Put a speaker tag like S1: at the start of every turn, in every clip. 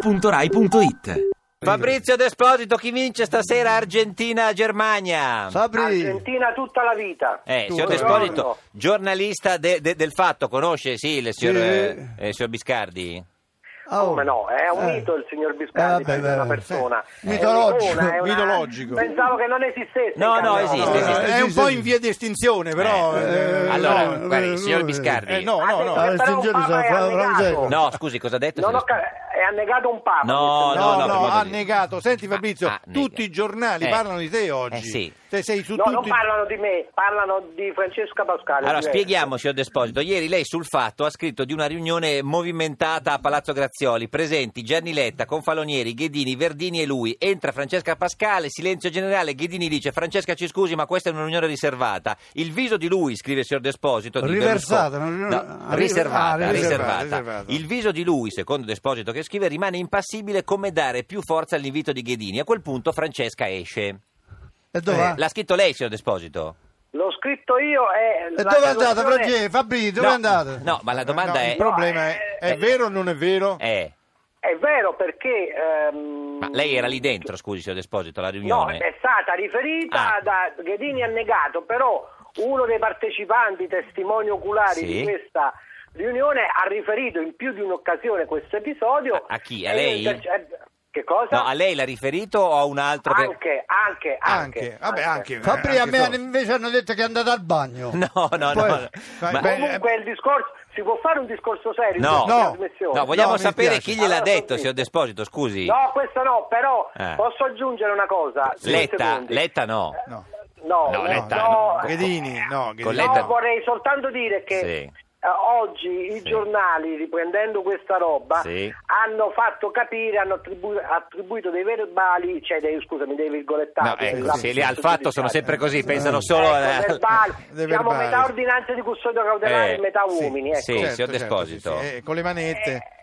S1: radio2pod.rai.it
S2: Fabrizio Desposito, chi vince stasera Argentina-Germania?
S3: Sabri,
S4: Argentina tutta la vita.
S2: Eh,
S3: Tu,
S2: signor
S3: eh.
S2: Desposito, giornalista de- de- del fatto, conosce, sì, il signor,
S3: Sì.
S2: eh, eh, signor Biscardi?
S3: oh.
S4: Come no? È un
S3: Eh.
S4: mito il signor
S3: Eh,
S4: Biscardi,
S3: vabbè,
S4: è una
S3: vabbè,
S4: persona.
S3: sì.
S4: È
S3: Mitologico,
S4: un'icona, è una-
S5: mitologico.
S4: Pensavo che non esistesse.
S2: No,
S4: in
S2: no,
S4: Canada.
S2: esiste,
S3: No,
S2: esiste.
S3: eh,
S5: È un po' in via di estinzione, però.
S3: Eh,
S5: eh,
S2: allora,
S3: no,
S2: guardi,
S3: eh,
S2: signor
S3: lui-
S2: Biscardi,
S5: eh, no, no, no.
S3: Alla
S4: Ah, Però un
S3: estinzione
S4: papa
S3: c'è
S4: è
S3: Fra-
S4: annegato.
S3: Francesco.
S2: no, scusi, cosa ha detto?
S4: Non ho
S2: signor-
S4: ca- è annegato un papa.
S2: No,
S5: No,
S2: no,
S5: no,
S2: per modo
S5: ha
S2: di-
S5: negato. Senti Fabrizio,
S2: Ah, nega.
S5: tutti i giornali
S2: Eh.
S5: parlano di te oggi.
S2: Eh, sì.
S5: Te sei su
S4: No, non
S5: tutti.
S4: parlano di me, parlano di Francesca Pascale.
S2: Allora,
S4: diverso.
S2: spieghiamo, signor Desposito. Ieri lei sul fatto ha scritto di una riunione movimentata a Palazzo Grazioli. Presenti Gianni Letta, Confalonieri, Ghedini, Verdini e lui. Entra Francesca Pascale, silenzio generale. Ghedini dice: Francesca, ci scusi, ma questa è una riunione riservata. Il viso di lui, scrive il signor Desposito. di
S3: Riversata,
S2: Berlusconi-
S3: una riunione-
S2: No,
S3: ah,
S2: riservata,
S3: riservata,
S2: riservata.
S5: riservata.
S2: Il viso di lui, secondo Desposito che scrive, rimane impassibile come dare più forza all'invito di Ghedini. A quel punto Francesca esce. Eh,
S3: E dove va?
S2: L'ha scritto lei, signor Desposito?
S4: L'ho scritto io e...
S3: E dove è andata, Frangie? Fabri, dove
S2: No,
S3: è andata?
S2: No, ma la domanda
S5: No,
S2: è... Eh,
S5: Il problema è: è
S4: eh,
S5: vero o non è vero?
S2: è-
S4: È vero perché... ehm,
S2: Ma lei era lì dentro, scusi, signor Desposito, alla
S4: No,
S2: riunione.
S4: è stata riferita
S2: Ah.
S4: da Ghedini ha negato, però uno dei partecipanti, testimoni oculari
S2: Sì.
S4: di questa riunione, ha riferito in più di un'occasione questo episodio.
S2: A- a chi? A
S4: E io
S2: lei?
S4: interce- eh, Che cosa?
S2: No, a lei l'ha riferito o a un altro che...
S4: Anche, anche, anche,
S5: Anche, vabbè, anche.
S3: Fabri, a
S5: anche
S3: me
S5: so.
S3: invece hanno detto che è andata al bagno.
S2: No, no,
S3: Poi-
S2: no.
S5: Vai,
S2: Ma-
S5: beh, eh,
S4: Comunque il discorso, si può fare un discorso serio
S2: No.
S4: in questa
S5: No.
S4: trasmissione?
S2: no, vogliamo
S5: No, mi
S2: sapere
S5: dispiace.
S2: chi gliel'ha
S4: Allora,
S2: detto,
S4: sono
S2: signor
S4: zitto.
S2: Desposito, scusi.
S4: No, questo no, però
S2: Eh.
S4: posso aggiungere una cosa? Due
S2: Letta,
S4: secondi.
S2: Letta no.
S5: No.
S4: No,
S2: No, Letta,
S4: no,
S5: Ghedini, no, Ghedini.
S2: Letta
S4: No,
S2: no.
S4: vorrei soltanto dire che
S2: Sì.
S4: eh, oggi i
S2: Sì.
S4: giornali, riprendendo questa roba,
S2: Sì.
S4: hanno fatto capire, hanno attribu- attribuito dei verbali, cioè dei, scusami, dei virgolettati.
S2: No, ecco,
S4: della-
S2: se li ha al fatto sono sempre così, pensano solo...
S4: Ecco, verbali.
S5: Dei
S4: Siamo
S5: verbali.
S4: metà ordinanze di custodia cautelare
S2: Eh,
S4: e metà
S5: Certo, sì,
S4: uomini. Ecco.
S2: sì, signor Desposito.
S5: sì, sì, eh, con le manette.
S4: Eh,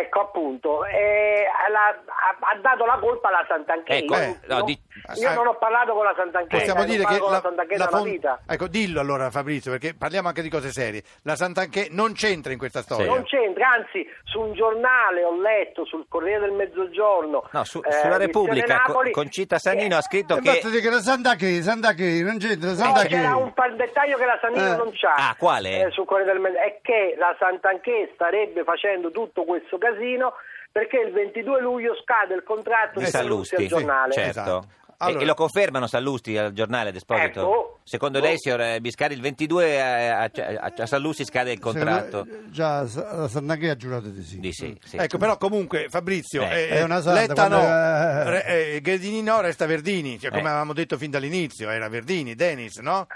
S4: Ecco appunto, eh, la- ha, ha dato la colpa alla Sant'Anchè.
S2: Ecco,
S4: io,
S2: no,
S4: non-
S2: di- ah,
S4: io non ho parlato con la Sant'Anchè,
S5: Possiamo
S4: non
S5: dire
S4: eh, parlo
S5: che
S4: con la, Sant'Anchè
S5: la
S4: da una
S5: fon-
S4: vita.
S5: Ecco, dillo allora Fabrizio, perché parliamo anche di cose serie. La Sant'Anchè non c'entra in questa
S2: Eh.
S5: storia.
S4: Non c'entra, anzi, su un giornale ho letto, sul Corriere del Mezzogiorno,
S2: No, su-
S4: eh,
S2: sulla Repubblica,
S4: edizione
S2: con
S4: Napoli, eh,
S2: Concita Sannino ha scritto
S5: Eh,
S3: E
S2: che...
S3: basta dire che la Santa Che, Santa Che, non c'entra,
S4: No,
S3: Santa Che.
S4: c'era Eh, un pa- dettaglio che la Sannino
S3: Eh.
S4: non c'ha.
S2: Ah, quale?
S4: Eh, sul Corriere del Mezzogiorno. È che la Sant'Anchè starebbe facendo tutto questo casino perché il 22 luglio scade il contratto
S2: Di
S4: di
S2: Sallusti,
S4: Sallusti Eh, al giornale.
S2: certo.
S5: Esatto.
S2: E-
S5: Allora-
S2: E, lo confermano Sallusti al giornale Desposito?
S4: Ecco.
S2: Secondo
S4: Oh.
S2: lei, signor eh, Biscari, il 22 a, a- a- a Sallusti scade il contratto?
S3: Eh, Già, la Santa Che ha giurato di sì.
S2: Di sì, sì.
S5: Ecco, però comunque Fabrizio,
S2: Eh.
S5: eh,
S3: È una santa,
S5: Letta
S3: quando-
S5: no,
S3: eh.
S5: Re- eh, Ghedini no, resta Verdini, cioè, come
S2: Eh.
S5: avevamo detto fin dall'inizio, era Verdini, Denis, no?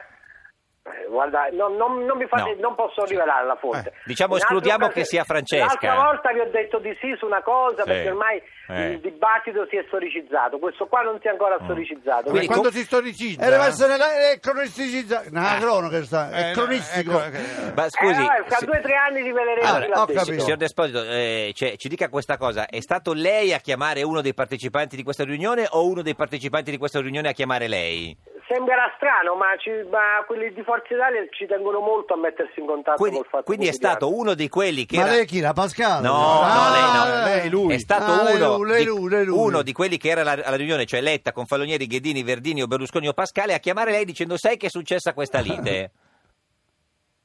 S4: Eh, Guarda, non, non- non mi fate-
S2: No.
S4: non posso rivelare la fonte.
S5: Eh,
S2: diciamo,
S4: Un'altra
S2: escludiamo
S4: occasione-
S2: che sia Francesca.
S4: L'altra volta vi ho detto di sì su una cosa
S2: Sì.
S4: perché ormai
S2: Eh. Mm.
S4: il dibattito si è storicizzato. Questo qua non si è ancora storicizzato.
S2: Quindi
S5: Ma quando
S2: com-
S5: si storicizza?
S3: E Eh, deve essere la- è cronisticizzato. No, è cronaca sta,
S5: Eh,
S3: è
S5: no,
S3: cronistico.
S5: ecco, ecco.
S2: Ma
S4: Eh,
S2: scusi,
S4: allora, fra
S2: si-
S4: due o tre anni riveleremo
S3: Allora,
S4: chi l'ha
S3: ho
S4: detto.
S3: capito.
S2: signor Desposito, eh, cioè, ci dica questa cosa, è stato lei a chiamare uno dei partecipanti di questa riunione o uno dei partecipanti di questa riunione a chiamare lei?
S4: Sembrerà strano, ma, ci- ma quelli di Forza Italia ci tengono molto a mettersi in contatto
S2: Quindi,
S4: col fatto
S2: quindi è
S4: quotidiano.
S2: stato uno di quelli che
S3: Ma
S2: era...
S3: lei chi? La Pascale?
S2: No,
S3: Ah,
S2: no, lei no.
S5: lei, lui.
S2: È stato
S3: Ah, lei
S2: uno,
S3: lui, lei
S2: di,
S3: lui, lei lui.
S2: uno di quelli che era alla, alla riunione, cioè Letta, Confalonieri, Ghedini, Verdini o Berlusconi o Pascale, a chiamare lei dicendo sai che è successa questa lite?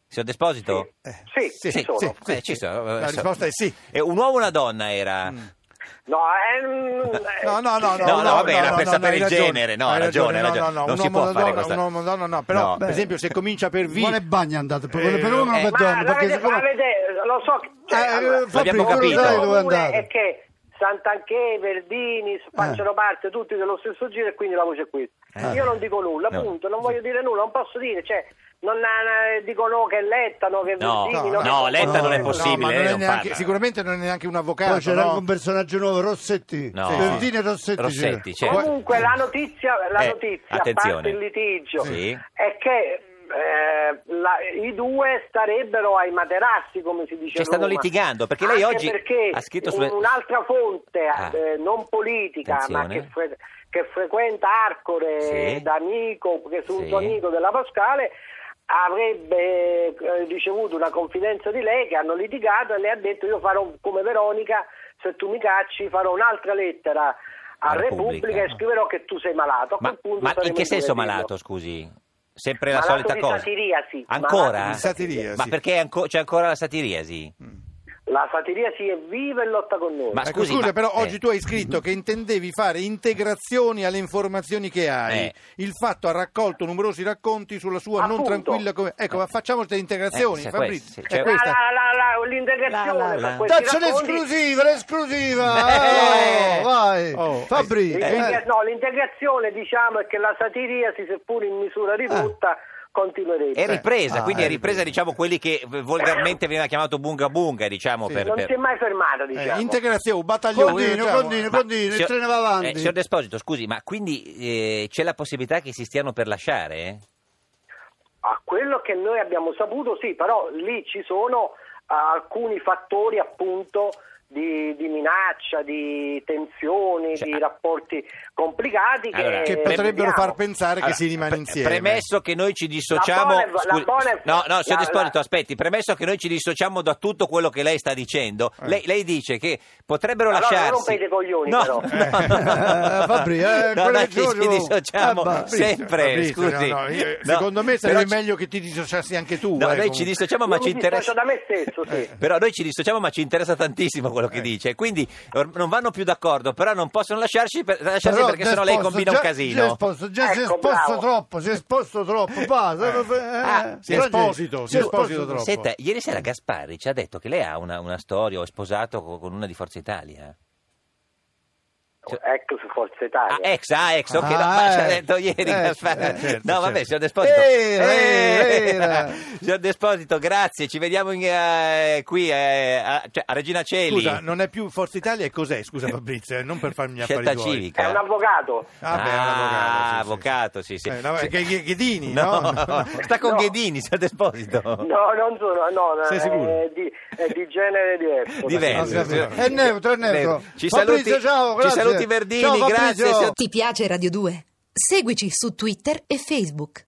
S2: Signor Desposito?
S4: Sì, ci sono.
S2: Eh, sì, ci sono. Eh,
S5: La
S2: So-
S5: risposta è sì.
S2: E un uomo o una donna era?
S4: No, ehm, eh,
S5: No, no, no, no,
S2: No, no, vabbè, era
S5: no,
S2: per
S5: no,
S2: sapere
S5: no, hai
S2: il
S5: ragione,
S2: genere, no,
S5: hai
S2: ha ragione, ha ragione.
S5: no, no,
S2: Non
S5: un
S2: si
S5: uomo
S2: può
S5: da
S2: fare
S5: donna,
S2: questa-
S5: un uomo da donna, no, però
S2: No.
S5: per esempio se comincia per V,
S3: Non è bagno andate, per,
S5: Eh,
S3: per uno non
S2: eh,
S3: per
S4: ma
S3: donna, perché
S4: l'avete-
S3: siccome...
S4: l'avete- lo so che- cioè,
S3: Eh,
S4: allora,
S3: Fabio,
S2: Abbiamo
S3: tu lo
S2: capito.
S3: sai dove
S4: comune
S3: andate.
S4: è che Sant'Anché, Verdini, Spancero Parte, tutti dello stesso giro e quindi la voce è questa.
S2: Eh.
S4: Io non dico nulla,
S2: No.
S4: appunto, non voglio dire nulla, non posso dire, cioè, non eh, dico no che è Letta, no che è
S2: No,
S4: Verdini,
S2: no,
S4: che-
S2: no, Letta non è
S3: No,
S2: possibile,
S5: ma
S2: lei
S5: non è
S2: non
S5: neanche-
S2: parla.
S5: sicuramente non è neanche un avvocato,
S3: Poi c'era
S5: no?
S3: anche un personaggio nuovo, Rossetti.
S2: No.
S3: Verdini e Rossetti. c'era.
S2: Rossetti, certo.
S4: Comunque la notizia, la
S2: Eh,
S4: notizia a
S2: attenzione.
S4: parte il litigio,
S2: Sì.
S4: è che eh, la- i due starebbero ai materassi, come si dice.
S2: Cioè,
S4: a
S2: stanno
S4: Roma.
S2: litigando, perché lei
S4: Anche
S2: oggi
S4: perché
S2: ha scritto sulle-
S4: un'altra fonte
S2: Ah.
S4: eh, non politica, ma
S2: Attenzione.
S4: che, fre- che frequenta Arcore
S2: Sì.
S4: da amico, che è un
S2: Sì.
S4: suo amico della Pascale. avrebbe eh, ricevuto una confidenza di lei che hanno litigato e le ha detto io farò come Veronica, se tu mi cacci farò un'altra lettera a
S2: Alla
S4: Repubblica,
S2: Repubblica.
S4: e scriverò che tu sei malato. A
S2: Ma,
S4: quel punto
S2: ma in
S4: saremo
S2: che senso
S4: tutti nel
S2: malato,
S4: libro.
S2: scusi? Sempre la
S4: Malato
S2: solita
S4: di
S2: cosa.
S4: satiriasi. Malato
S2: Ancora?
S5: di satiriasi.
S2: Ma perché anco- c'è ancora la satiriasi?
S4: La satiria si è viva e lotta con noi.
S2: Ma
S5: Ecco,
S2: scusi,
S5: scusa,
S2: ma-
S5: però
S2: eh.
S5: oggi tu hai scritto che intendevi fare integrazioni alle informazioni che hai.
S2: Eh.
S5: Il fatto ha raccolto numerosi racconti sulla sua non
S4: Appunto.
S5: tranquilla. come- Ecco, ma facciamo queste integrazioni,
S2: Eh, se questo,
S5: Fabrizio. È
S2: cioè-
S4: La-
S5: questa?
S4: la- la- la- l'integrazione
S2: La- la- la.
S4: per questi
S3: Dacci
S4: racconti-
S3: l'esclusiva, l'esclusiva!
S2: Eh.
S3: Oh, vai!
S5: Oh,
S3: Fabri! eh.
S4: L'integra- no, l'integrazione diciamo è che la satiria si seppur in misura ridotta
S2: Ah.
S4: continuerebbe.
S2: È ripresa,
S3: Ah,
S2: quindi è
S3: è
S2: ripresa, diciamo, quelli che eh, volgarmente veniva chiamato bunga bunga, diciamo,
S5: Sì.
S2: per...
S4: non
S2: per-
S4: si è mai fermata,
S5: Eh,
S4: diciamo.
S5: integrazione, un battaglione.
S3: Continua,
S5: diciamo.
S3: continua,
S2: Ma,
S3: continua, il
S2: signor-
S3: treno va avanti.
S2: eh, signor Desposito, scusi, ma quindi eh, c'è la possibilità che si stiano per lasciare?
S4: A quello che noi abbiamo saputo, sì, però lì ci sono ah, alcuni fattori appunto di, di minaccia, di tensioni,
S2: Cioè,
S4: di rapporti complicati
S2: Allora,
S5: Che
S2: Eh,
S5: potrebbero
S4: vediamo.
S5: far pensare
S2: Allora,
S5: che si rimane
S2: pre-
S5: insieme.
S2: Premesso che noi ci dissociamo.
S4: La Bonnev- la
S2: scusi,
S4: Bonnev-
S2: no, no, signor
S4: la-
S2: Desposito,
S4: la-
S2: aspetti. Premesso che noi ci dissociamo da tutto quello che lei sta dicendo,
S5: Eh.
S2: lei, lei dice che potrebbero
S4: Allora,
S2: lasciarsi.
S4: non rompete i coglioni,
S2: no,
S4: però.
S2: no, no, no.
S3: Eh, Fabri, eh,
S2: no,
S3: quello
S2: no,
S3: è
S2: ci,
S3: Giorgio.
S2: ci dissociamo
S3: Eh, Fabrizio,
S2: sempre.
S5: Ah, Fabrizio, no,
S2: scusi,
S5: no, io-
S2: No,
S5: Secondo
S2: però
S5: me sarebbe
S2: ci-
S5: meglio che ti dissociassi anche tu.
S2: No,
S5: eh,
S2: noi
S5: comunque.
S2: ci dissociamo,
S4: Io
S2: ma
S4: mi
S2: ci interessa.
S4: dissocio da me stesso,
S5: Eh,
S4: sì.
S2: Però noi ci dissociamo, ma ci interessa tantissimo quello che dice. Quindi or- non vanno più d'accordo, però non possono lasciarci, per- lasciarsi
S3: Però
S2: Cioè, perché sennò lei
S3: Desposto
S2: combina
S3: già-
S2: un casino.
S3: Desposto, già si è
S4: Ecco,
S3: esposto
S4: bravo.
S3: troppo, si è esposto troppo. Basta, eh,
S2: Ah,
S5: si è
S3: Giorgio,
S5: esposito, si è esposito troppo.
S2: Senta, ieri sera Gasparri ci ha detto che lei ha una, una storia o è sposato co- con una di Forza
S4: Ah,
S2: Italia.
S5: cioè-
S4: Ecco su Forza Italia.
S2: Ah, ex, ah, ex, ok,
S3: Ah,
S2: no, ma ci ha
S3: eh,
S2: detto ieri
S3: eh,
S2: Gasparri.
S5: eh, certo,
S2: no, vabbè, Eh,
S5: certo.
S2: signor Desposito.
S3: Era, eh, era.
S2: Signor Desposito, grazie, ci vediamo in, eh, qui eh, a, cioè, a Regina Celi.
S5: Scusa, non è più Forza Italia e cos'è? Scusa Fabrizio, eh, non per farmi gli
S2: Scelta
S5: affari tuoi.
S2: civica.
S4: È un avvocato.
S5: Ah, beh, è un
S2: Ah,
S5: avvocato,
S2: avvocato, sì, sì.
S5: Eh, no,
S2: Sì.
S5: che- che- Ghedini,
S2: No,
S5: no? No.
S2: sta con
S4: No.
S2: Ghedini, signor Desposito.
S4: No, non sono, no, eh,
S5: Sei
S4: è
S5: sicuro?
S4: di, è di genere diverso.
S2: Diverso.
S3: Ah, sì, sì. È neutro, è neutro.
S2: Ci
S3: Fabrizio,
S2: saluti,
S3: ciao,
S2: ci
S3: grazie.
S2: saluti Verdini,
S3: Ciao, Fabrizio.
S2: grazie. signor
S1: Ti piace Radio 2? Seguici su Twitter e Facebook.